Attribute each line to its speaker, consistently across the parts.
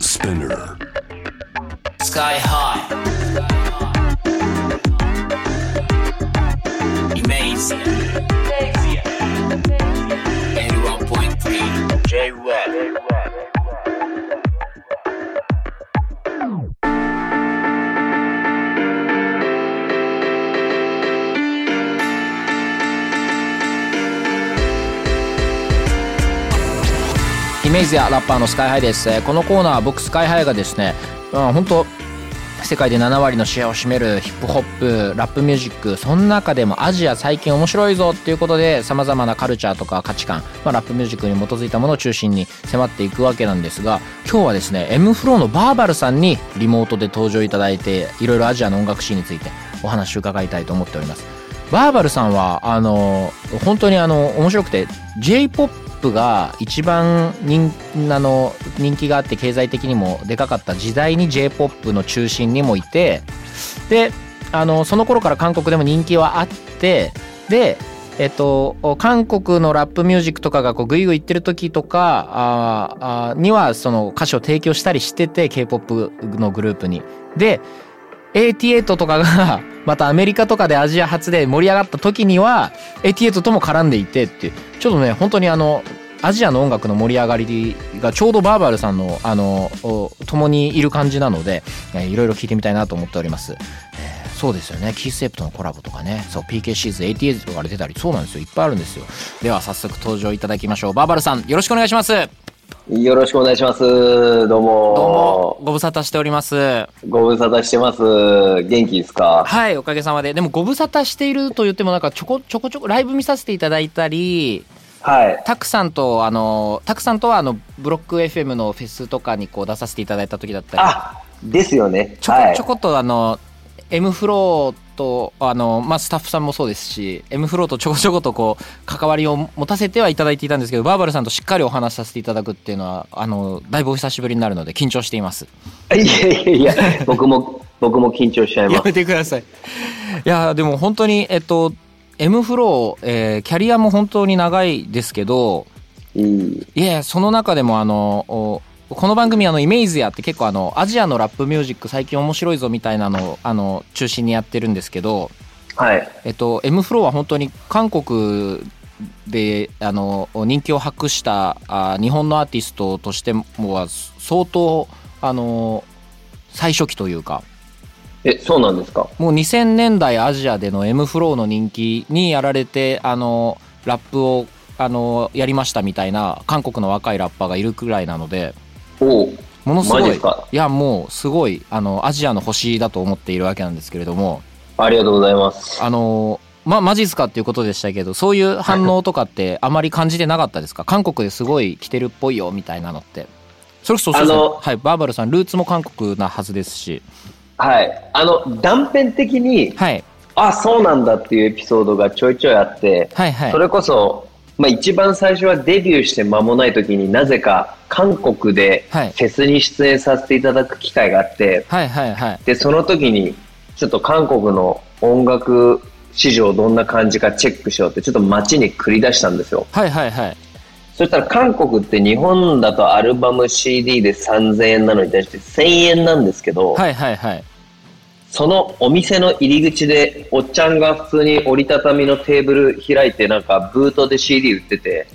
Speaker 1: Spinner.
Speaker 2: スカイハイイメージ81.3 J-Web
Speaker 3: イメージやラッパーのスカイハイですえーこのコーナーは僕スカイハイがですね本当世界で7割のシェアを占めるヒップホップラップミュージックその中でもアジア最近面白いぞっていうことでさまざまなカルチャーとか価値観、まあ、ラップミュージックに基づいたものを中心に迫っていくわけなんですが今日はですね m フローのバーバルさんにリモートで登場いただいていろいろアジアの音楽シーンについてお話を伺いたいと思っておりますバーバルさんはあの本当にあの面白くて j p o p が一番人あの人気があって経済的にもでかかった時代に j p o p の中心にもいてであのその頃から韓国でも人気はあってでえっと、韓国のラップミュージックとかがこうグイグイいってる時とかあーあーにはその歌詞を提供したりしてて k p o p のグループに。で88とかが またアメリカとかでアジア初で盛り上がった時には88とも絡んでいてっていうちょっとね本当にあのアジアの音楽の盛り上がりがちょうどバーバルさんのあのお共にいる感じなので、えーいろいろ聞いてみたいなと思っております。えーそうですよねキーステープとのコラボとかねそう PK シーズン88とかで出たりそうなんですよいっぱいあるんですよでは早速登場いただきましょうバーバルさんよろしくお願いしますどう
Speaker 4: よろしくお願いします。どう
Speaker 3: も
Speaker 4: も。
Speaker 3: ご無沙汰しております
Speaker 4: ご無沙汰してます。元気ですか
Speaker 3: はい、おかげさまで。でも、ご無沙汰していると言っても、なんか、ちょこちょこちょこ、ライブ見させていただいたり、
Speaker 4: はい。
Speaker 3: たくさんと、あの、たくさんとは、あの、ブロック FM のフェスとかに、こう、出させていただいた時だったり、
Speaker 4: あ、ですよね。
Speaker 3: ちょこ
Speaker 4: はい
Speaker 3: ちょこっと、あの、M フローと、あの、まあ、スタッフさんもそうですし、M フローとちょこちょこと、こう、関わりを持たせてはいただいていたんですけど、バーバルさんとしっかりお話しさせていただくっていうのは、あの、だいぶお久しぶりになるので、緊張しています。
Speaker 4: いやいやいや、僕も、僕も緊張しちゃい
Speaker 3: や
Speaker 4: ます。
Speaker 3: めてください。いやでも本当にえっと M フロー、えーキャリアも本当に長いですけど、
Speaker 4: いい。
Speaker 3: いやその中でもあのおこの番組あのイメージやって結構あのアジアのラップミュージック最近面白いぞみたいなのをあの中心にやってるんですけど、
Speaker 4: はい。
Speaker 3: えっと M フローは本当に韓国であの人気を博したあ日本のアーティストとしてもは相当あの最初期というか
Speaker 4: え、そうなんですか
Speaker 3: もう2000年代アジアでの M フローの人気にやられてあのラップをあのやりましたみたいな韓国の若いラッパーがいるくらいなので
Speaker 4: おう
Speaker 3: ものすご
Speaker 4: マジ
Speaker 3: い
Speaker 4: ですか
Speaker 3: いやもうすごいあのアジアの星だと思っているわけなんですけれども
Speaker 4: ありがとうございます。
Speaker 3: あのまマジっすかっていうことでしたけどそういう反応とかってあまり感じてなかったですか韓国ですごい来てるっぽいよみたいなのってそれこそそうですね
Speaker 4: あの
Speaker 3: はい、バーバルさんルーツも韓国なはずですし
Speaker 4: はい。あの、断片的に、
Speaker 3: はい
Speaker 4: あ、そうなんだっていうエピソードがちょいちょいあって、
Speaker 3: はいはい
Speaker 4: それこそ、まあ、一番最初はデビューして間もない時になぜか韓国でフ
Speaker 3: はい
Speaker 4: ェスに出演させていただく機会があって
Speaker 3: はいはいはい
Speaker 4: でその時にちょっと韓国の音楽市場どんな感じかチェックしようってちょっと街に繰り出したんですよ
Speaker 3: はいはいはい
Speaker 4: そしたら韓国って日本だとアルバム CD で3000円なのに対して1000円なんですけど、
Speaker 3: はいはいはい
Speaker 4: そのお店の入り口でおっちゃんが普通に折りたたみのテーブル開いてなんかブートで CD 売ってて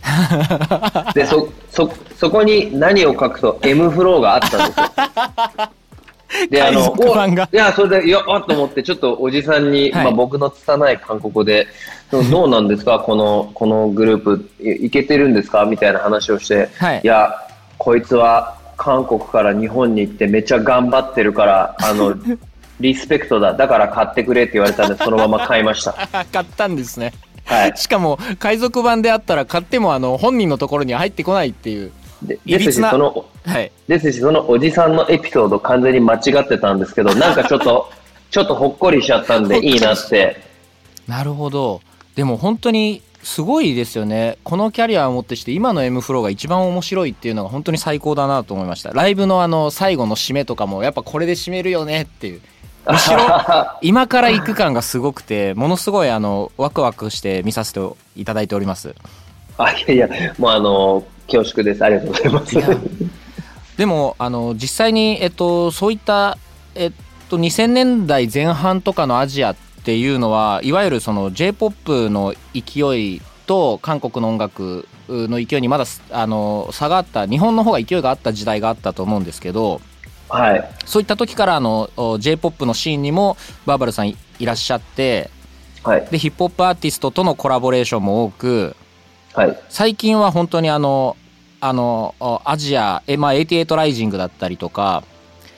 Speaker 4: でそそそこに何を書くと M フローがあったんですよであの
Speaker 3: 海賊版が
Speaker 4: おいやそれでいやあっと思ってちょっとおじさんに、
Speaker 3: はい
Speaker 4: まあ、僕の拙い韓国語でどうどうなんですかこのこのグループいいけてるんですかみたいな話をして、
Speaker 3: はい
Speaker 4: いや、こいつは韓国から日本に行ってめっちゃ頑張ってるから、あの、リスペクトだ。だから買ってくれって言われたんで、そのまま買いました。
Speaker 3: あ 買ったんですね
Speaker 4: はい。
Speaker 3: しかも海賊版であったら買ってもあの本人のところには入ってこないっていう
Speaker 4: で
Speaker 3: い
Speaker 4: で
Speaker 3: び
Speaker 4: す
Speaker 3: つ
Speaker 4: し、
Speaker 3: な
Speaker 4: その、
Speaker 3: はい
Speaker 4: ですし、そのおじさんのエピソード完全に間違ってたんですけど、なんかちょっと、 ちょっとほっこりしちゃったんでいいなって。
Speaker 3: なるほどでも本当にすごいですよねこのキャリアをもってして今の M フローが一番面白いっていうのが本当に最高だなと思いましたライブのあの最後の締めとかもやっぱこれで締めるよねっていうむしろ 今から行く感がすごくてものすごいあのワクワクして見させていただいております
Speaker 4: あ、いやいや、もうあの、恐縮です。ありがとうございます。
Speaker 3: でもあの実際に、えっと、そういった、えっと、2000年代前半とかのアジアっていうのはいわゆるその j p o p の勢いと韓国の音楽の勢いにまだあの差があった日本の方が勢いがあった時代があったと思うんですけど
Speaker 4: はい。
Speaker 3: そういった時からあの j p o p のシーンにもバーバルさんいいらっしゃって
Speaker 4: はい。
Speaker 3: でヒップホップアーティストとのコラボレーションも多く
Speaker 4: はい。
Speaker 3: 最近は本当にあのあのアジア、えまあ、88ライジングだったりとか、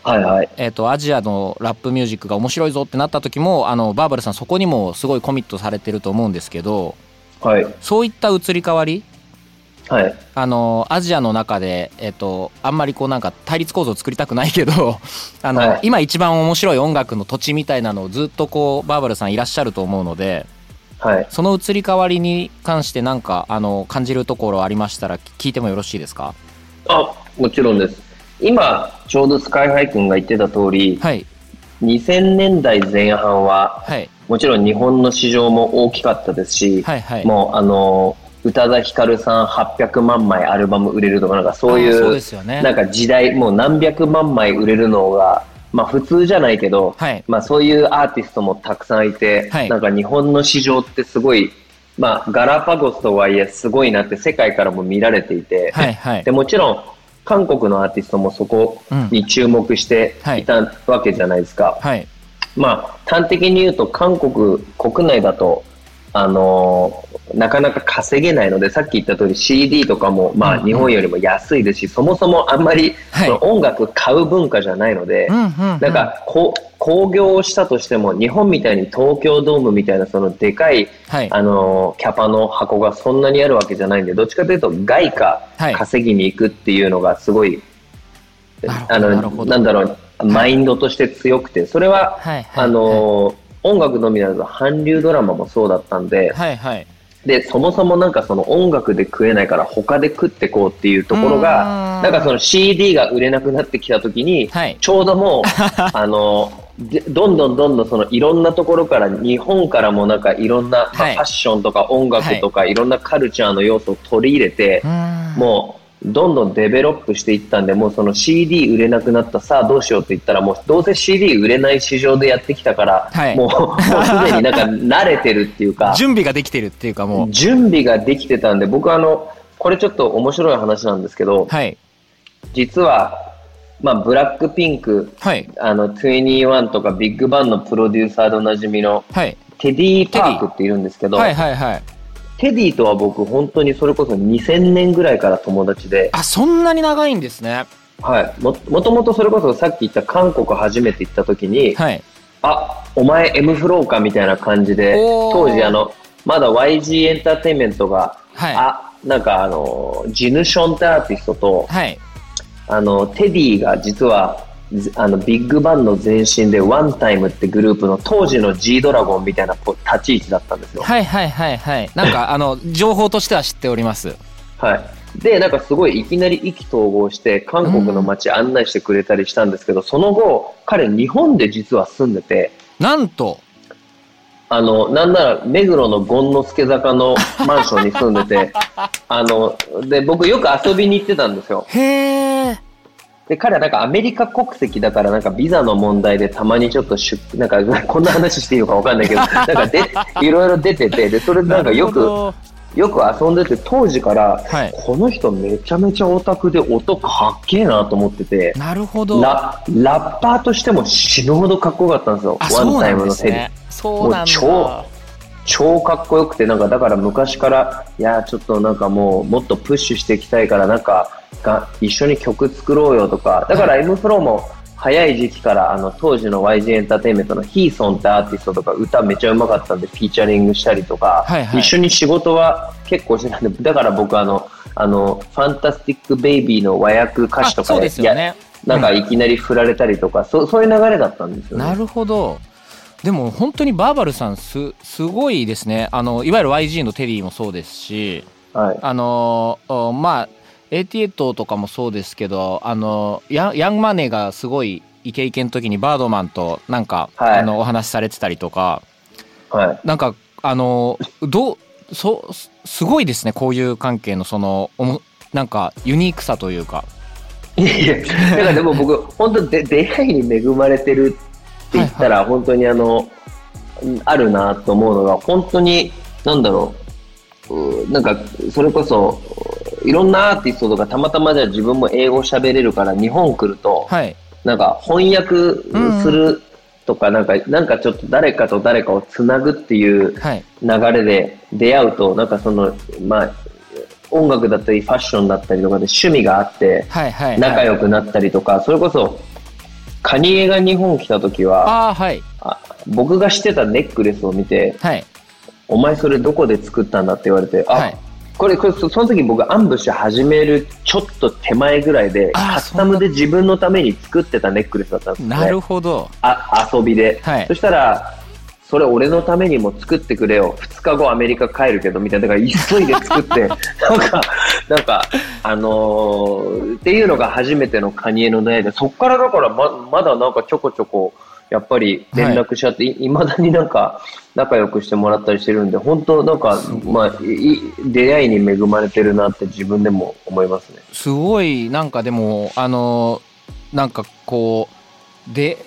Speaker 4: はい。はい。
Speaker 3: えっとアジアのラップミュージックが面白いぞってなった時もあのバーバルさんそこにもすごいコミットされてると思うんですけど
Speaker 4: はい。
Speaker 3: そういった移り変わり
Speaker 4: はい。
Speaker 3: あのアジアの中で、えっとあんまりこうなんか対立構造を作りたくないけど あの、
Speaker 4: はい
Speaker 3: 今一番面白い音楽の土地みたいなのをずっとこうバーバルさんいらっしゃると思うので
Speaker 4: はい。
Speaker 3: その移り変わりに関してなんかあの感じるところありましたら聞いてもよろしいですか
Speaker 4: あ、もちろんです。今、ちょうどスカイハイ君が言ってた通り、
Speaker 3: はい
Speaker 4: 2000年代前半は、
Speaker 3: はい
Speaker 4: もちろん日本の市場も大きかったですし、
Speaker 3: はいはい
Speaker 4: もうあの、宇多田ヒカルさん800万枚アルバム売れるとか、なんかそうい
Speaker 3: あーそう
Speaker 4: う、
Speaker 3: ですよね
Speaker 4: なんか時代、もう何百万枚売れるのが、まあ普通じゃないけど、
Speaker 3: はい
Speaker 4: まあそういうアーティストもたくさんいて、
Speaker 3: はい
Speaker 4: なんか日本の市場ってすごい、まあガラパゴスとはいえすごいなって世界からも見られていて、
Speaker 3: はいはい
Speaker 4: でもちろん韓国のアーティストもそこに注目していたわけじゃないですか、
Speaker 3: はい
Speaker 4: まあ端的に言うと韓国国内だとあのーなかなか稼げないのでさっき言った通り CD とかも
Speaker 3: う
Speaker 4: ま
Speaker 3: んう
Speaker 4: あ
Speaker 3: ん
Speaker 4: 日本よりも安いですし、そもそもあんまり
Speaker 3: はい
Speaker 4: その音楽買う文化じゃないので、
Speaker 3: うんうんうん
Speaker 4: なんかこう興行をしたとしても日本みたいに東京ドームみたいなそのでかい
Speaker 3: はい
Speaker 4: あのキャパの箱がそんなにあるわけじゃないんでどっちかというと外貨
Speaker 3: はい
Speaker 4: 稼ぎに行くっていうのがすごい、
Speaker 3: な
Speaker 4: あ
Speaker 3: るほどなる
Speaker 4: の
Speaker 3: ほど
Speaker 4: なんだろうマインドとして強くてそれは、
Speaker 3: はいはい
Speaker 4: あの音楽のみならず韓流ドラマもそうだったんで
Speaker 3: はいはい
Speaker 4: でそもそもなんかその音楽で食えないから他で食ってこうっていうところ
Speaker 3: う
Speaker 4: が
Speaker 3: ん
Speaker 4: なんかその CD が売れなくなってきた時に、
Speaker 3: はい
Speaker 4: ちょうど もうあのでどんどんどんどんそのいろんなところから日本からもなんかいろんな、まあ
Speaker 3: はい
Speaker 4: ファッションとか音楽とか、い、ろんなカルチャーの要素を取り入れて、
Speaker 3: も
Speaker 4: もうどんどんデベロップしていったんでもうその CD 売れなくなったさあどうしようって言ったらもうどうせ CD 売れない市場でやってきたから、
Speaker 3: はい
Speaker 4: もうもうすでになんか慣れてるっていうか
Speaker 3: 準備ができてるっていうかもう
Speaker 4: 準備ができてたんで僕あのこれちょっと面白い話なんですけど、
Speaker 3: はい
Speaker 4: 実は、まあ、ブラックピンク
Speaker 3: はい
Speaker 4: あの、21とかビッグバンのプロデューサーでおなじみの
Speaker 3: はい
Speaker 4: テディ・パークっているんですけど、
Speaker 3: はいはいはい
Speaker 4: テディとは僕本当にそれこそ2000年ぐらいから友達で、
Speaker 3: あそんなに長いんですね
Speaker 4: はい、ももともとそれこそさっき言った韓国初めて行った時に、
Speaker 3: はい
Speaker 4: あ、お前 M フローかみたいな感じで、
Speaker 3: おー
Speaker 4: 当時あの、まだ YG エンターテインメントが、
Speaker 3: は
Speaker 4: あ、なんかあの、ジヌションってアーティスト
Speaker 3: い
Speaker 4: と、
Speaker 3: はい
Speaker 4: あの、テディが実は、ずあの、ビッグバンの前身で、ワンタイムってグループの当時の G ドラゴンみたいなこう立ち位置だったんですよ。
Speaker 3: はいはいはいはいなんかあの情報としては知っております
Speaker 4: はい。で、なんかすごいいきなり意気投合して、韓国の街案内してくれたりしたんですけど、その後、彼日本で実は住んでて、
Speaker 3: なんと
Speaker 4: あの、なんなら、目黒の権之助坂のマンションに住んで て、あの、で、僕よく遊びに行ってたんですよ。
Speaker 3: へえ
Speaker 4: で、彼はなんかアメリカ国籍だから、なんかビザの問題でたまにちょっと出、なんか こんな話していいのかわかんない けど、なんかで、いろいろ出てて、で、それでなんかよく、よく遊んでて、当時から、
Speaker 3: はい
Speaker 4: この人めちゃめちゃオタクで音かっけえなと思ってて、
Speaker 3: なるほど
Speaker 4: ララッパーとしても死ぬほどかっこよかったんですよ。
Speaker 3: あ
Speaker 4: ワ
Speaker 3: そ
Speaker 4: ン
Speaker 3: う
Speaker 4: タイ
Speaker 3: なん
Speaker 4: ム
Speaker 3: で
Speaker 4: の
Speaker 3: す
Speaker 4: テディ
Speaker 3: ねそうなんだ
Speaker 4: も超かっこよくてなんかだから昔からいやーちょっとなんかもうもっとプッシュしていきたいからなんかが一緒に曲作ろうよとかだから m フローも早い時期からあの当時の YG エンターテインメントのヒーソンってアーティストとか歌めちゃうまかったんでフィーチャリングしたりとか、
Speaker 3: はいはい
Speaker 4: 一緒に仕事は結構してたんでだから僕あのあのファンタスティック・ベイビーの和訳歌
Speaker 3: あ
Speaker 4: 手とか
Speaker 3: そうですよ
Speaker 4: い
Speaker 3: ね
Speaker 4: やなんかいきなり振られたりとか、そうそういう流れだったんですよね。
Speaker 3: なるほどでも本当にバーバルさんすすごいですねあのいわゆる YG のテリーもそうですし
Speaker 4: はい
Speaker 3: あのーおまあ88とかもそうですけどあのヤンヤングマネーがすごいイケイケの時にバードマンとなんか、
Speaker 4: はい
Speaker 3: あのお話しされてたりとか
Speaker 4: はい
Speaker 3: なんかあのーどうそすすごいですねこういう関係のそのおもなんかユニークさというか
Speaker 4: いやいやだからでも僕、本当で出会いに恵まれてるって言ったら、本当にあの、うんあるなと思うのが、本当に、なんだろう、うーなんか、それこそ、いろんなアーティストとか、たまたまじゃあ自分も英語喋れるから、日本来ると、
Speaker 3: はい
Speaker 4: なんか翻訳
Speaker 3: んうん
Speaker 4: するとか、なんか、なんかちょっと誰かと誰かをつなぐっていう
Speaker 3: はい
Speaker 4: 流れで出会うと、なんかその、まあ、音楽だったりファッションだったりとかで趣味があって、
Speaker 3: はいはいはい
Speaker 4: 仲良くなったりとか、それこそ、カニエが日本来た時は、
Speaker 3: ああはい
Speaker 4: あ僕がしてたネックレスを見て、
Speaker 3: はい
Speaker 4: お前それどこで作ったんだって言われて、あ、
Speaker 3: はい
Speaker 4: これ、これそその時僕アンブッシュ始めるちょっと手前ぐらいで、
Speaker 3: あー
Speaker 4: カスタムで自分のために作ってたネックレスだったんですよ、ね。
Speaker 3: なるほど
Speaker 4: あ遊びで、
Speaker 3: はい
Speaker 4: そしたらそれ俺のためにも作ってくれよ2日後アメリカ帰るけどみたいなだから急いで作って なんかなんかあのーっていうのが初めてのカニエの出会いでそっからだからままだなんかちょこちょこやっぱり連絡し合って、いまだになんか仲良くしてもらったりしてるんで本当なんか、まあ、いい出会いに恵まれてるなって自分でも思いますね。
Speaker 3: すごいなんかでもあのなんかこうで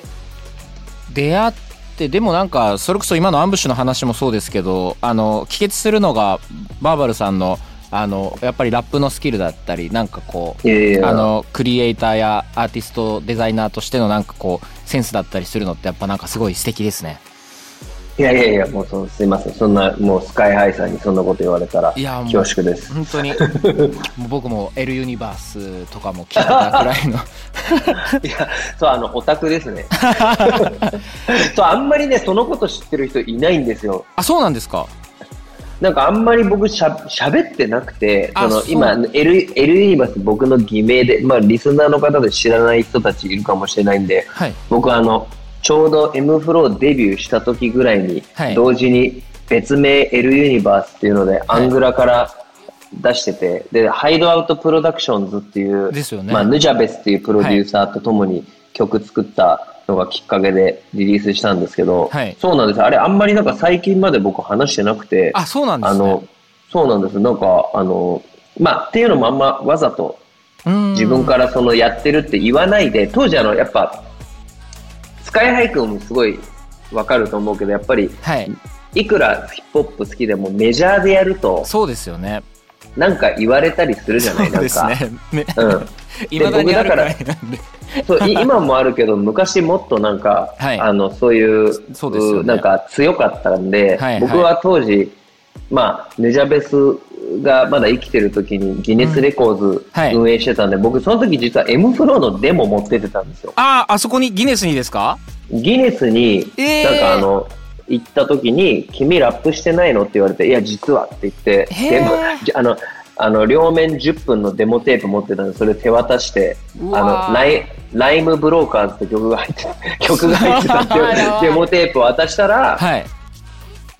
Speaker 3: 出会ってでもなんかそれこそ今のアンブッシュの話もそうですけどあの帰結するのがバーバルさんのあのやっぱりラップのスキルだったりなんかこう
Speaker 4: いやいやいや
Speaker 3: あのクリエイターやアーティストデザイナーとしてのなんかこうセンスだったりするのってやっぱなんかすごい素敵ですね
Speaker 4: いやいやいや、もうそのすいません、そんな、もうスカイハイさんにそんなこと言われたら
Speaker 3: いやもう
Speaker 4: 恐縮です。
Speaker 3: 本当にもう 僕も「L ユニバース」とかも聞いたくらいの
Speaker 4: いや、そう、あの、オタクです ね。そう、あんまりね、そのこと知ってる人いないんですよ。
Speaker 3: あそうなんですか
Speaker 4: なんかあんまり僕しゃ、喋ってなくて、
Speaker 3: あ
Speaker 4: その、
Speaker 3: そう
Speaker 4: 今、L、L ユニバース僕の偽名で、まあ、リスナーの方で知らない人たちいるかもしれないんで、
Speaker 3: はい
Speaker 4: 僕あのちょうど M フローデビューした時ぐらいに、
Speaker 3: はい
Speaker 4: 同時に別名 L ユニバースっていうのでアングラから出してて、でハイドアウトプロダクションズっていう
Speaker 3: ですよね
Speaker 4: まあ、ヌジャベスっていうプロデューサーと共に曲作ったのがきっかけでリリースしたんですけど、
Speaker 3: はい
Speaker 4: そうなんですあれあんまりなんか最近まで僕話してなくて
Speaker 3: あそうなんで
Speaker 4: あ
Speaker 3: すね
Speaker 4: のそうなんですなんかあのまあっていうのもあんまわざと自
Speaker 3: 自
Speaker 4: 分からそのやってるって言わないで当時あのやっぱスカイハイ君もすごいわかると思うけどやっぱり
Speaker 3: はい
Speaker 4: いくらヒップホップ好きでもメジャーでやると
Speaker 3: そうですよね
Speaker 4: なんか言われたりするじゃな
Speaker 3: そ
Speaker 4: い
Speaker 3: う
Speaker 4: なん
Speaker 3: です
Speaker 4: か。
Speaker 3: ねめ
Speaker 4: うん、
Speaker 3: いまだにある
Speaker 4: 僕だ
Speaker 3: く
Speaker 4: から
Speaker 3: らいなんで
Speaker 4: そうい今もあるけど昔もっとなんか、
Speaker 3: はい
Speaker 4: あのそういう
Speaker 3: そうですよね
Speaker 4: なんか強かったんで、
Speaker 3: はいはい
Speaker 4: 僕は当時、まあ、ヌジャベスがまだ生きてる時にギネスレコーズ
Speaker 3: はい
Speaker 4: 運営してたんで、僕その時実は M フローのデモ持ってってたんですよ。
Speaker 3: あああそこにギネスにですか
Speaker 4: ギネスに、
Speaker 3: えー
Speaker 4: なんかあの、行った時に、君ラップしてないのって言われて、いや、実はって言って、
Speaker 3: へー
Speaker 4: デモじあの、あの、両面10分のデモテープ持ってたんで、それ手渡して、
Speaker 3: うわー
Speaker 4: あの、ライ、ライムブローカーズって曲が入って、 曲が入ってたってい
Speaker 3: やば
Speaker 4: う
Speaker 3: い
Speaker 4: デモテープ渡したら、
Speaker 3: はい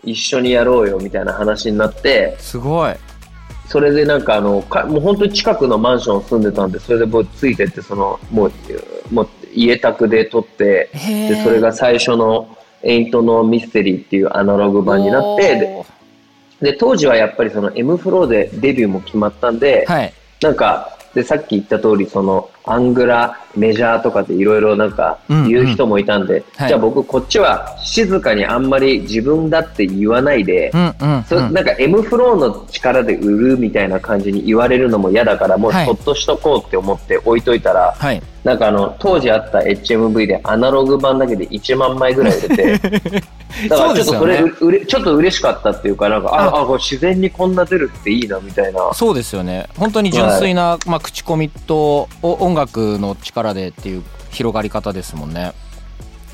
Speaker 4: 一緒にやろうよみたいな話になって、
Speaker 3: すごい
Speaker 4: それでなんかあの、かもう本当に近くのマンション住んでたんで、それで僕ついてって、その、もう、もう家宅で撮って、
Speaker 3: へ
Speaker 4: でそれが最初の「エイトのミステリー」っていうアナログ版になってで
Speaker 3: おー
Speaker 4: で当時はやっぱりその M フローでデビューも決まったんで、
Speaker 3: はい
Speaker 4: なんかでさっき言った通りそのアングラメジャーとかでいろいろなんか
Speaker 3: うん
Speaker 4: 言う人もいたんで、
Speaker 3: はい
Speaker 4: じゃあ僕こっちは静かにあんまり自分だって言わないで、
Speaker 3: うんうん
Speaker 4: そう
Speaker 3: うん
Speaker 4: なんか M フローの力で売るみたいな感じに言われるのも嫌だからもう
Speaker 3: はい
Speaker 4: そっとしとこうって思って置いといたら、
Speaker 3: はい
Speaker 4: なんかあの当時あった HMV でアナログ版だけで1万枚ぐらい 売れてだからちょ
Speaker 3: そう
Speaker 4: っとそれ
Speaker 3: ですよね
Speaker 4: うれちょっと嬉しかったっていうかなんかああこれ自然にこんな出るっていいなみたいな
Speaker 3: そうですよね本当に純粋な、まあ、口コミとお音楽の力でっていう広がり方ですもんね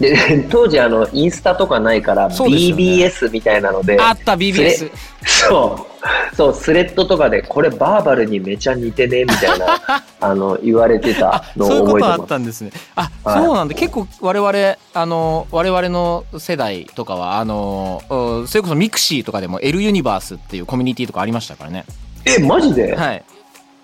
Speaker 4: で 当時あのインスタとかないから
Speaker 3: そうですよね
Speaker 4: BBS みたいなので
Speaker 3: あった BBS
Speaker 4: そうそうスレッドとかでこれバーバルにめちゃ似てねみた いなあの言われてたの
Speaker 3: そういう
Speaker 4: を
Speaker 3: こ
Speaker 4: 覚え
Speaker 3: と
Speaker 4: て
Speaker 3: あっ
Speaker 4: ます
Speaker 3: たんですね。あ、
Speaker 4: はい
Speaker 3: そうなんだ。結構我々あの我々の世代とかはあのうんそれこそミクシーとかでも L ユニバースっていうコミュニティとかありましたからね。
Speaker 4: えマジで、
Speaker 3: はい。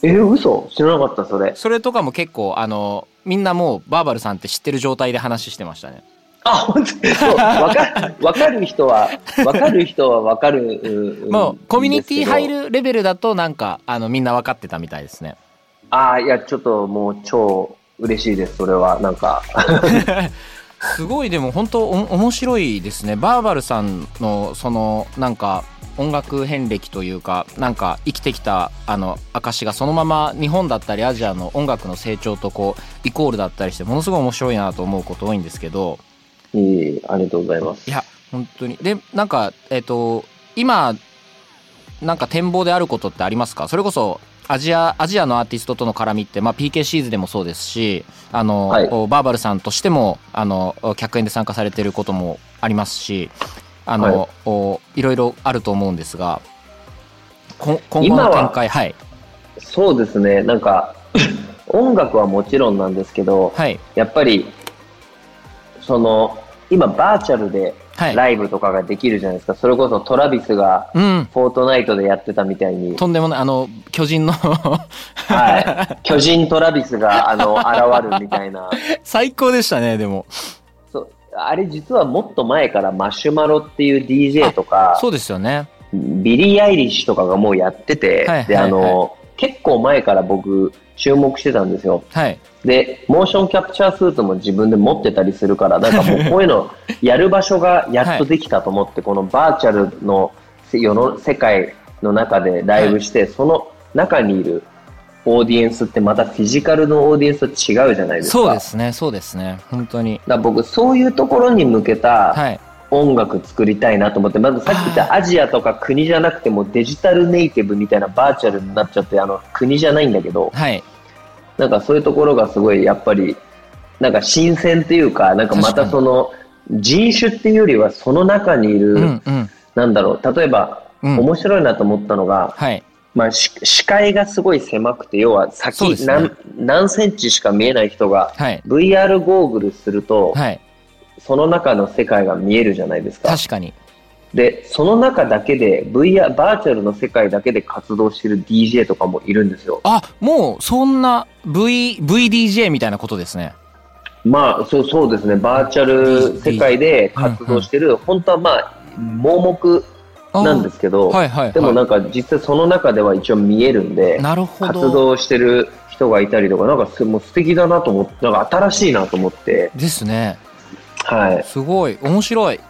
Speaker 4: え嘘知らなかったそれ
Speaker 3: それとかも結構あのみんなもうバーバルさんって知ってる状態で話してましたね。
Speaker 4: あ、本当にそう。わ か、わかる人は、わかる人はわかる。うん
Speaker 3: もうコミュニティ入。
Speaker 4: んです
Speaker 3: るレベルだとなんかあのみんな分かってたみたいですね。
Speaker 4: けああ、いや、ちょっともう超嬉しいです、それは。なんか、
Speaker 3: すごいでも本当お面白いですねバーバルさんのそのなんか音楽遍歴というかなんか生きてきたあの証がそのまま日本だったりアジアの音楽の成長とこうイコールだったりしてものすごい面白いなと思うこと多いんですけど
Speaker 4: いい、ありがとうございます
Speaker 3: い。や本当にでなんかえっ、と今なんか展望であることってありますかそれこそアジアアジアのアーティストとの絡みって、まあ、PK シーズでもそうですしあの、
Speaker 4: はい
Speaker 3: こうバーバルさんとしてもあの客演で参加されてることもありますしあの、、
Speaker 4: はい
Speaker 3: おいろいろあると思うんですがこ今後
Speaker 4: 今
Speaker 3: の
Speaker 4: は
Speaker 3: 展開はい
Speaker 4: そうですね、なんか、音楽はもちろんなんですけど、
Speaker 3: はい
Speaker 4: やっぱり、その、今バーチャルで
Speaker 3: はい
Speaker 4: ライブとかができるじゃないですか。それこそトラビスが
Speaker 3: うん
Speaker 4: フォートナイトでやってたみたいに、
Speaker 3: とんでもないあの巨人の
Speaker 4: はい。巨人トラビスが、あの、現るみた いな。
Speaker 3: 最高でしたねでも
Speaker 4: そうあれ実はもっと前からマシュマロっていう DJ とか、
Speaker 3: そうですよね
Speaker 4: ビリー・アイリッシュとかがもうやってて、
Speaker 3: はい
Speaker 4: で、
Speaker 3: はい
Speaker 4: あの、結構前から僕、注目してたんですよ。
Speaker 3: はい
Speaker 4: で、モーションキャプチャースーツも自分で持ってたりするから、なんかもうこういうの、やる場所がやっとできたと思 って、このバーチャルのせ世の世界の中でライブして、その中にいるオーディエンスってまたフィジカルのオーディエンスと違うじゃないですか。
Speaker 3: そうですねそうですね本当に
Speaker 4: だから僕、そういうところに向けた
Speaker 3: はい
Speaker 4: 音楽作りたいなと思って、まずさっき言ったアジアとか国じゃなくてもデジタルネイティブみたいなバーチャルになっちゃって、あの、国じゃないんだけど、
Speaker 3: はい
Speaker 4: なんかそういうところがすごいやっぱりなんか新鮮というかなんかまたその人種っていうよりはその中にいる、
Speaker 3: うんうん
Speaker 4: なんだろう例えば、
Speaker 3: うん
Speaker 4: 面白いなと思ったのが、
Speaker 3: はい
Speaker 4: まあ、し視界がすごい狭くて要は
Speaker 3: そうで
Speaker 4: 先
Speaker 3: すね
Speaker 4: 何何センチしか見えない人が
Speaker 3: はい
Speaker 4: VR ゴーグルすると、
Speaker 3: はい
Speaker 4: その中の世界が見えるじゃないですか
Speaker 3: 確かに
Speaker 4: でその中だけで VR バーチャルの世界だけで活動してる DJ とかもいるんですよ
Speaker 3: あもうそんな v VDJ みたいなことですね
Speaker 4: まあそうそうですね、バーチャル世界で活動してる、本当はまあ盲目
Speaker 3: あー
Speaker 4: なんですけど、
Speaker 3: はいはいはい
Speaker 4: でもなんか実際その中では一応見えるんで、
Speaker 3: なるほ
Speaker 4: 活
Speaker 3: ど
Speaker 4: 動してる人がいたりとか、なんかすもう素敵だなと思って、なんか新しいなと思って、
Speaker 3: ですね
Speaker 4: はい、
Speaker 3: すごい面白い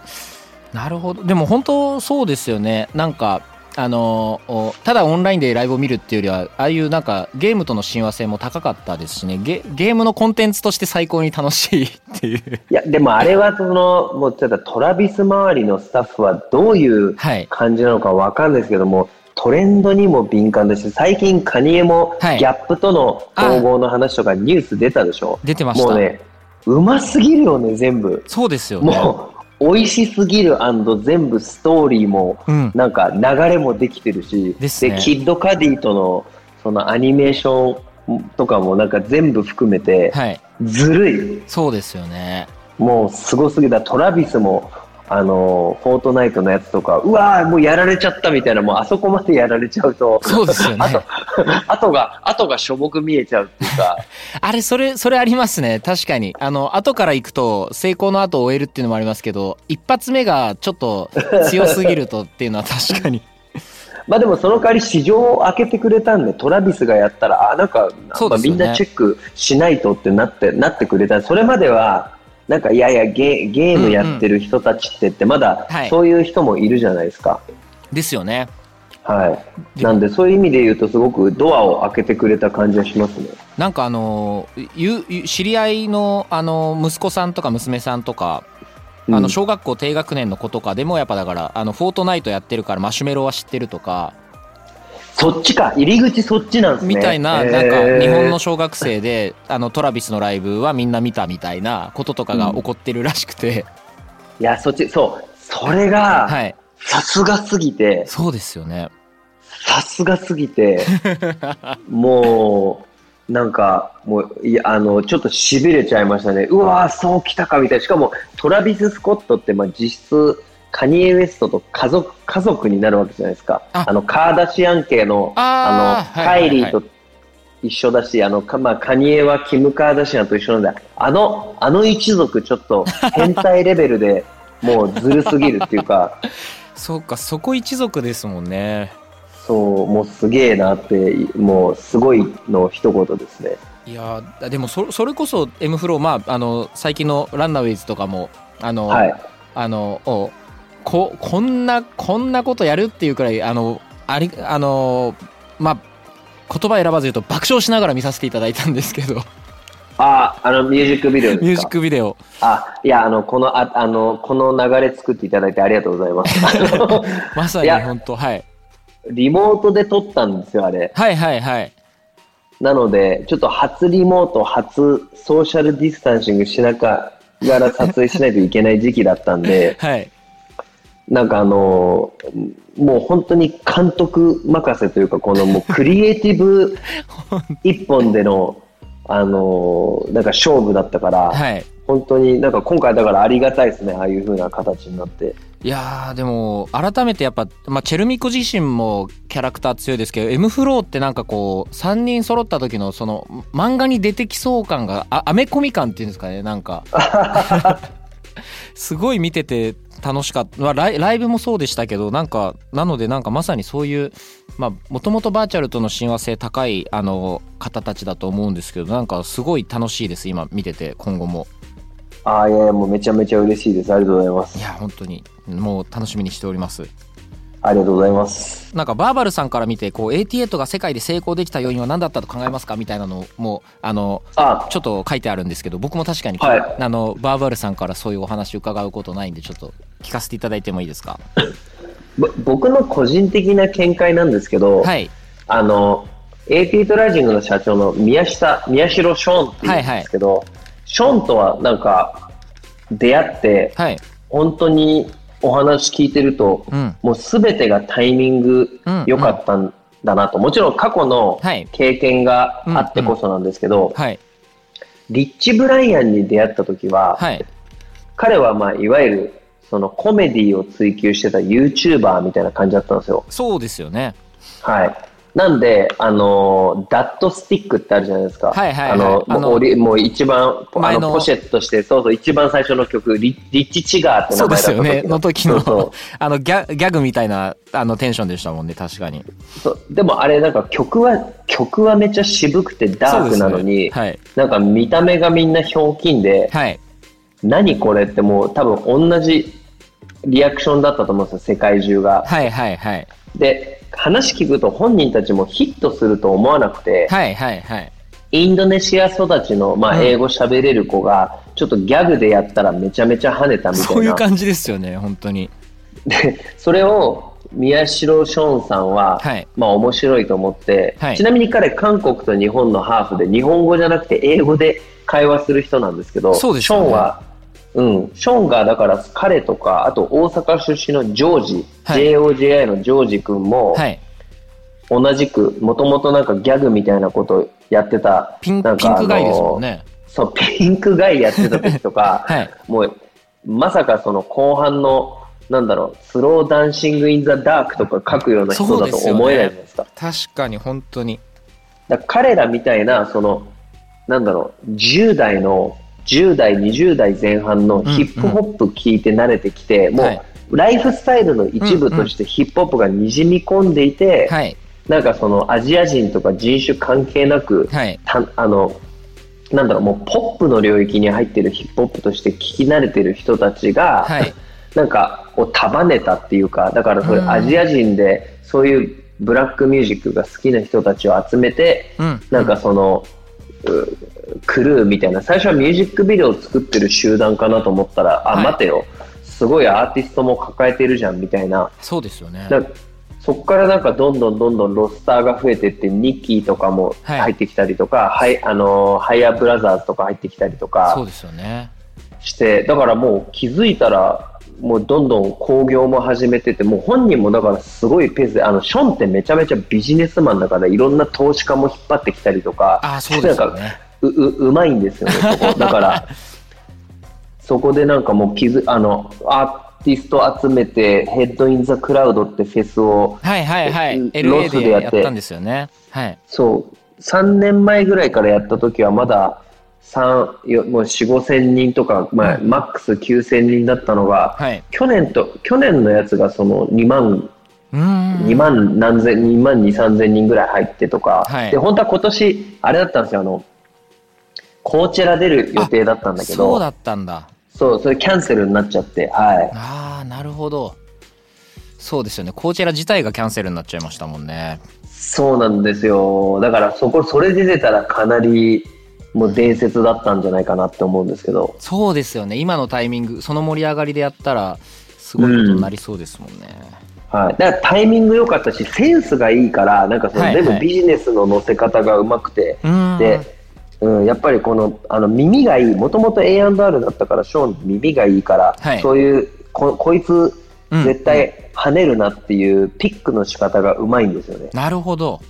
Speaker 3: なるほどでも本当そうですよねなんかあのおただオンラインでライブを見るっていうよりはああいうなんかゲームとの親和性も高かったですしねゲゲームのコンテンツとして最高に楽しいっていう
Speaker 4: いやでもあれはその、もうちょっとトラビス周りのスタッフはどういう
Speaker 3: はい
Speaker 4: 感じなのかわかんないですけども、トレンドにも敏感だし、最近カニエもギ
Speaker 3: はい
Speaker 4: ャップとの統合の話とかニュース出たでしょ。
Speaker 3: 出てまし
Speaker 4: も
Speaker 3: た
Speaker 4: うね、うますぎるよね、全部。
Speaker 3: そうですよね
Speaker 4: もう、美味しすぎる全部ストーリーも、
Speaker 3: うん
Speaker 4: なんか流れもできてるし、
Speaker 3: ですね
Speaker 4: キッドカディとの、そのアニメーションとかもなんか全部含めて、
Speaker 3: はい
Speaker 4: ずるい。
Speaker 3: そうですよね
Speaker 4: もうすごすぎた。トラビスも、あの、フォートナイトのやつとか、うわーもうやられちゃったみたいな、もうあそこまでやられちゃうと、
Speaker 3: そうですよね
Speaker 4: あと、あとが、あとがしょぼく見えちゃうっていうか、
Speaker 3: あれ、それ、それありますね。確かに。あの、後から行くと、成功の後を終えるっていうのもありますけど、一発目がちょっと強すぎるとっていうのは 確かに。
Speaker 4: まあでもその代わり市場を開けてくれたんで、トラビスがやったら、あ、なんか、
Speaker 3: そう
Speaker 4: ま
Speaker 3: で
Speaker 4: あ、
Speaker 3: す
Speaker 4: み
Speaker 3: よ
Speaker 4: ん
Speaker 3: ね
Speaker 4: なチェックしないとってなって、なってくれた。それまでは、なんか、いやいやゲ、ゲームやってる人たちってって、まだ
Speaker 3: はい
Speaker 4: そういう人もいるじゃないですか。
Speaker 3: ですよね。
Speaker 4: はい。なんで、そういう意味で言うと、すごくドアを開けてくれた感じはしますね。
Speaker 3: なんかあの、ゆ、ゆ知り合いの、あの、息子さんとか娘さんとか、
Speaker 4: うん
Speaker 3: あの、小学校低学年の子とかでも、やっぱだから、あの、フォートナイトやってるからマシュメロは知ってるとか、
Speaker 4: そっちか、入り口そっちなんですね。
Speaker 3: みたいな、
Speaker 4: えー
Speaker 3: なんか日本の小学生で、あの、トラビスのライブはみんな見たみたいなこととかが起こってるらしくて、
Speaker 4: いや、そっち、そう。それが、
Speaker 3: はい。
Speaker 4: さすがすぎて、
Speaker 3: そうですよね。
Speaker 4: さすがすぎて、もう、なんか、もう、いや、あの、ちょっと痺れちゃいましたね。うわー、そう来たか、みたいな。しかも、トラビス・スコットって、まあ、実質、カニエ・ウエストと家族、家族になるわけじゃないですか。あ
Speaker 3: あ
Speaker 4: の、カーダシアン系の、
Speaker 3: あー
Speaker 4: の、
Speaker 3: はいはいはい
Speaker 4: カイリーと一緒だし、あの、かまあ、カニエはキム・カーダシアンと一緒なんで、あの、あの一族、ちょっと、変態レベルで、もう、ずるすぎるっていうか、
Speaker 3: そうかそこ一族ですもんね
Speaker 4: そう、もうすげえなって、もうすごいの一言ですね。
Speaker 3: いやーでもそそれこそ M フローまああの最近のランナーウェイズとかもあの、
Speaker 4: はい。
Speaker 3: あのおここんなこんなことやるっていうくらいあのありあのまあ言葉選ばず言うと爆笑しながら見させていただいたんですけど
Speaker 4: あ、あのミュージックビデオですか
Speaker 3: ミュージックビデオ
Speaker 4: あ、いや、あの、この、ああの、この流れ作っていただいてありがとうございま す。あの
Speaker 3: まさ
Speaker 4: い
Speaker 3: に
Speaker 4: や
Speaker 3: 本当はい
Speaker 4: リモートで撮ったんですよ、あれ。
Speaker 3: はいはいはい
Speaker 4: なので、ちょっと初リモート、初ソーシャルディスタンシングしながら撮影しないといけない時期だったんで、
Speaker 3: はい
Speaker 4: なんかあのもう本当に監督任せというか、こ のもうクリエイティブ一本での、あのなんか勝負だったから、
Speaker 3: はい
Speaker 4: 本当になんか今回だからありがたいですね、ああいう風な形になって。
Speaker 3: いやーでも改めてやっぱ、まあ、チェルミコ自身もキャラクター強いですけど M フローってなんかこう3人揃った時のその漫画に出てきそう感があアメコミ感っていうんですかねなんかすごい見てて楽しかった、まあ、ライライブもそうでしたけどなんかなのでなんかまさにそういうもともとバーチャルとの親和性高いあの方たちだと思うんですけどなんかすごい楽しいです今見てて今後も
Speaker 4: ああ、いやいや、もうめちゃめちゃ嬉しいです。ありがとうございま
Speaker 3: い
Speaker 4: す。
Speaker 3: や本当にもう楽しみにしております
Speaker 4: ありがとうございます。
Speaker 3: なんかバーバルさんから見てこう88が世界で成功できた要因は何だったと考えますかみたいなのもあの
Speaker 4: あ、
Speaker 3: ちょっと書いてあるんですけど僕も確かに、
Speaker 4: はい
Speaker 3: あのバーバルさんからそういうお話伺うことないんでちょっと聞かせていただいてもいいですか
Speaker 4: ぼ僕の個人的な見解なんですけど、
Speaker 3: はい
Speaker 4: あの、AP トライジングの社長の宮下、宮代ショーンっていうんですけど、ショーンとはなんか、出会って、
Speaker 3: はい
Speaker 4: 本当にお話聞いてると、
Speaker 3: うん
Speaker 4: もう全てがタイミング
Speaker 3: うん
Speaker 4: 良かったんだなと、もちろん過去の
Speaker 3: はい
Speaker 4: 経験があってこそなんですけど、
Speaker 3: はい
Speaker 4: リッチ・ブライアンに出会った時は、
Speaker 3: はい
Speaker 4: 彼は、まあ、いわゆるそのコメディを追求してた YouTuber みたいな感じだったんですよ。
Speaker 3: そうですよね
Speaker 4: はい。なんで、あのー、ダットスティックってあるじゃないですか。
Speaker 3: はいはいはい
Speaker 4: あの、
Speaker 3: あの
Speaker 4: もうオリもう一番、
Speaker 3: 前
Speaker 4: あ
Speaker 3: の
Speaker 4: の、ポシェットして、そうそう、一番最初の曲、リリッチ・チガーって
Speaker 3: そ
Speaker 4: 名
Speaker 3: うで
Speaker 4: 前だ
Speaker 3: す
Speaker 4: った時
Speaker 3: よねの時
Speaker 4: そうそう
Speaker 3: のあのギャギャグみたいなあのテンションでしたもんね確かに
Speaker 4: そうでもあれなんか曲は曲はめっちゃ渋くてダークなのに、
Speaker 3: そうですね
Speaker 4: なんか見た目がみんなひょうきんで、
Speaker 3: はいはい
Speaker 4: 何これってもう多分同じリアクションだったと思うんですよ世界中が。
Speaker 3: はいはいはい
Speaker 4: で話聞くと本人たちもヒットすると思わなくて、
Speaker 3: はいはいはい
Speaker 4: インドネシア育ちの、ま
Speaker 3: う
Speaker 4: あ、
Speaker 3: ん
Speaker 4: 英語喋れる子がちょっとギャグでやったらめちゃめちゃ跳ねたみたいな
Speaker 3: そういう感じですよね本当に
Speaker 4: でそれを宮代ショーンさんは、
Speaker 3: はい
Speaker 4: まあ面白いと思って、
Speaker 3: はい
Speaker 4: ちなみに彼韓国と日本のハーフで日本語じゃなくて英語で会話する人なんですけど
Speaker 3: そうです
Speaker 4: シ
Speaker 3: よ
Speaker 4: ョ
Speaker 3: ね
Speaker 4: ーンは、うん、ショーンがだから彼とかあと大阪出身のジョージ、
Speaker 3: はい
Speaker 4: JOJI のジョージ君も、
Speaker 3: はい
Speaker 4: 同じくもともとなんかギャグみたいなことやってた
Speaker 3: ピン
Speaker 4: なん
Speaker 3: ピ
Speaker 4: か
Speaker 3: ンクガイですもん
Speaker 4: あの
Speaker 3: ね
Speaker 4: そうピンクガイやってた時 とか、
Speaker 3: はい
Speaker 4: もうまさかその後半のなんだろうスローダンシング・イン・ザ・ダークとか書くような人
Speaker 3: そう
Speaker 4: だ
Speaker 3: で
Speaker 4: と
Speaker 3: すよね
Speaker 4: 思えないじゃないですか
Speaker 3: 確かに本当に
Speaker 4: だから彼らみたいなそのなんだろう10代の10代20代前半のヒップホップ聞いて慣れてきて、
Speaker 3: は
Speaker 4: も
Speaker 3: いう
Speaker 4: ライフスタイルの一部としてヒップホップがにじみ込んでいて、
Speaker 3: はい
Speaker 4: なんかそのアジア人とか人種関係なく、
Speaker 3: はい
Speaker 4: たあのなんだろうもうポップの領域に入ってるヒップホップとして聞き慣れてる人たちが、
Speaker 3: はい
Speaker 4: なんかを束ねたっていうかだからそういう
Speaker 3: うん
Speaker 4: アジア人でそういうブラックミュージックが好きな人たちを集めて
Speaker 3: うん
Speaker 4: なんかその、うクルーみたいな最初はミュージックビデオを作ってる集団かなと思ったら、
Speaker 3: は
Speaker 4: あ
Speaker 3: い
Speaker 4: 待てよすごいアーティストも抱えてるじゃんみたいな
Speaker 3: そうですよね
Speaker 4: だからそこからなんかどんどんどんどんロスターが増えてってニッキーとかも
Speaker 3: はい
Speaker 4: 入ってきたりとか、はいあのーハイヤーブラザーズとか入ってきたりと
Speaker 3: そう
Speaker 4: か
Speaker 3: ですよね
Speaker 4: してだからもう気づいたらもうどんどん興行も始めててもう本人もだからすごいペースであのショーンってめちゃめちゃビジネスマンだからいろんな投資家も引っ張ってきたりとか
Speaker 3: あそうですよ
Speaker 4: なんか
Speaker 3: ね
Speaker 4: うううまいんですよねそ こだからそこでなんかもう気づあのアーティスト集めてヘッド・イン・ザ・クラウドってフェスを
Speaker 3: はいはいはい
Speaker 4: うん
Speaker 3: LA
Speaker 4: ロスでや
Speaker 3: で
Speaker 4: って
Speaker 3: やったんですよねはい
Speaker 4: そう、3年前ぐらいからやった時はまだ三よもう4、5千人とか、まあ、マックス9千人だったのが、
Speaker 3: はい
Speaker 4: 去年と、去年のやつがその2万
Speaker 3: うーん
Speaker 4: 2万何千、2万2、3千人ぐらい入ってとか、
Speaker 3: はい
Speaker 4: で、本当は今年、あれだったんですよ、あの、コーチェラ出る予定だったんだけど、
Speaker 3: そうだったんだ
Speaker 4: そう、それキャンセルになっちゃって、はい。
Speaker 3: ああなるほどそうですよねコーチェラ自体がキャンセルになっちゃいましたもんね
Speaker 4: そうなんですよ。だからそこ、それ出てたらかなり、もう伝説だったんじゃないかなって思うんですけど。
Speaker 3: そうですよね今のタイミングその盛り上がりでやったらすごいことになりそうですもんね、
Speaker 4: はい。だからタイミング良かったし、センスがいいから、なんかその、
Speaker 3: はい
Speaker 4: で
Speaker 3: は
Speaker 4: も
Speaker 3: い
Speaker 4: ビジネスの乗せ方がうまくて、
Speaker 3: うーん
Speaker 4: で、うん、やっぱりこの、あの、耳がいい、もともと A&R だったから、ショーンの耳がいいから、
Speaker 3: はい
Speaker 4: そういう、こ、こいつ、
Speaker 3: うん
Speaker 4: 絶対跳ねるなっていうピックの仕方がうまいんですよね。
Speaker 3: なるほど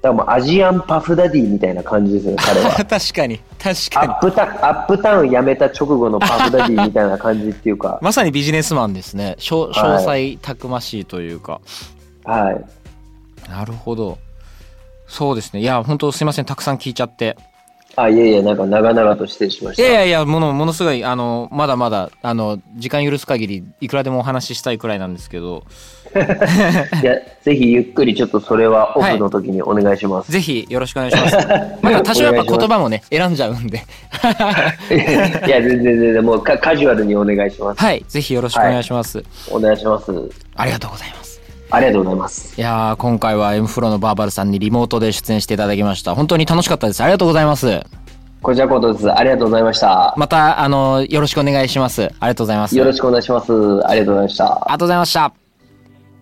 Speaker 4: だからもうアジアンパフダディみたいな感じですよね、彼は。
Speaker 3: 確かに確か
Speaker 4: ア
Speaker 3: に、
Speaker 4: ップタアップタウン辞めた直後のパブダディみたいな感じっていうか
Speaker 3: まさにビジネスマンですねしょ詳
Speaker 4: は
Speaker 3: 細たくましいというか、
Speaker 4: はい、
Speaker 3: なるほどそうですねいや本当すいませんたくさん聞いちゃって
Speaker 4: あいえいえなんか長々と失礼しま
Speaker 3: い
Speaker 4: し
Speaker 3: やいやいやものものすごいあのまだまだあの時間許す限りいくらでもお話ししたいくらいなんですけど
Speaker 4: たいやぜひゆっくりちょっとそれはオフの時にお願いします、
Speaker 3: ぜひよろしくお願いします。まあ、多少やっぱ言葉もね、選んじゃうんで。
Speaker 4: い、や全然全然もうカカジュアルにお願いします
Speaker 3: はい、ぜひよろしくお願いします。
Speaker 4: お願いします
Speaker 3: ありがとうございます。
Speaker 4: ありがとうございます
Speaker 3: いやー、今回は M フロのバーバルさんにリモートで出演していただきました。本当に楽しかったです。ありがとうございます。
Speaker 4: こちらこそですありがとうございました
Speaker 3: また、あの、よろしくお願いします。ありがとうございます。
Speaker 4: よろしくお願いしますありがとうございました
Speaker 3: ありがとうございました。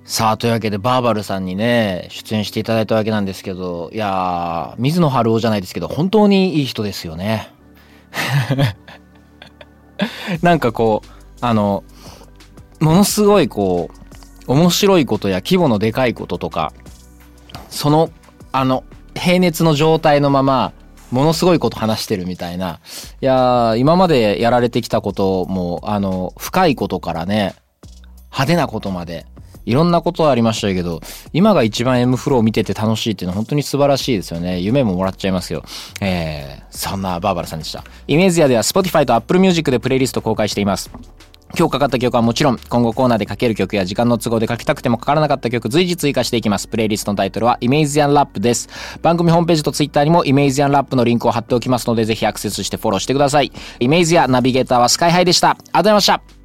Speaker 3: さあ、というわけで、バーバルさんにね、出演していただいたわけなんですけど、いやー、水野晴夫じゃないですけど、本当にいい人ですよね。 なんかこう、あの、ものすごいこう、面白いことや規模のでかいこととか、その、あの、平熱の状態のまま、ものすごいこと話してるみたいな。いやー、今までやられてきたことも、あの、深いことからね、派手なことまでいろんなことはありましたけど今が一番 M フローを見てて楽しいっていうのは本当に素晴らしいですよね夢ももらっちゃいますよえー、そんなバーバラさんでしたイメージアでは Spotify と Apple Music でプレイリスト公開しています今日かかった曲はもちろん今後コーナーでかける曲や時間の都合でかけたくてもかからなかった曲随時追加していきますプレイリストのタイトルは ImazianRap です番組ホームページと Twitter にも ImazianRap のリンクを貼っておきますのでぜひアクセスしてフォローしてくださいイメージアナビゲーターはスカイハイでしたありがとうございました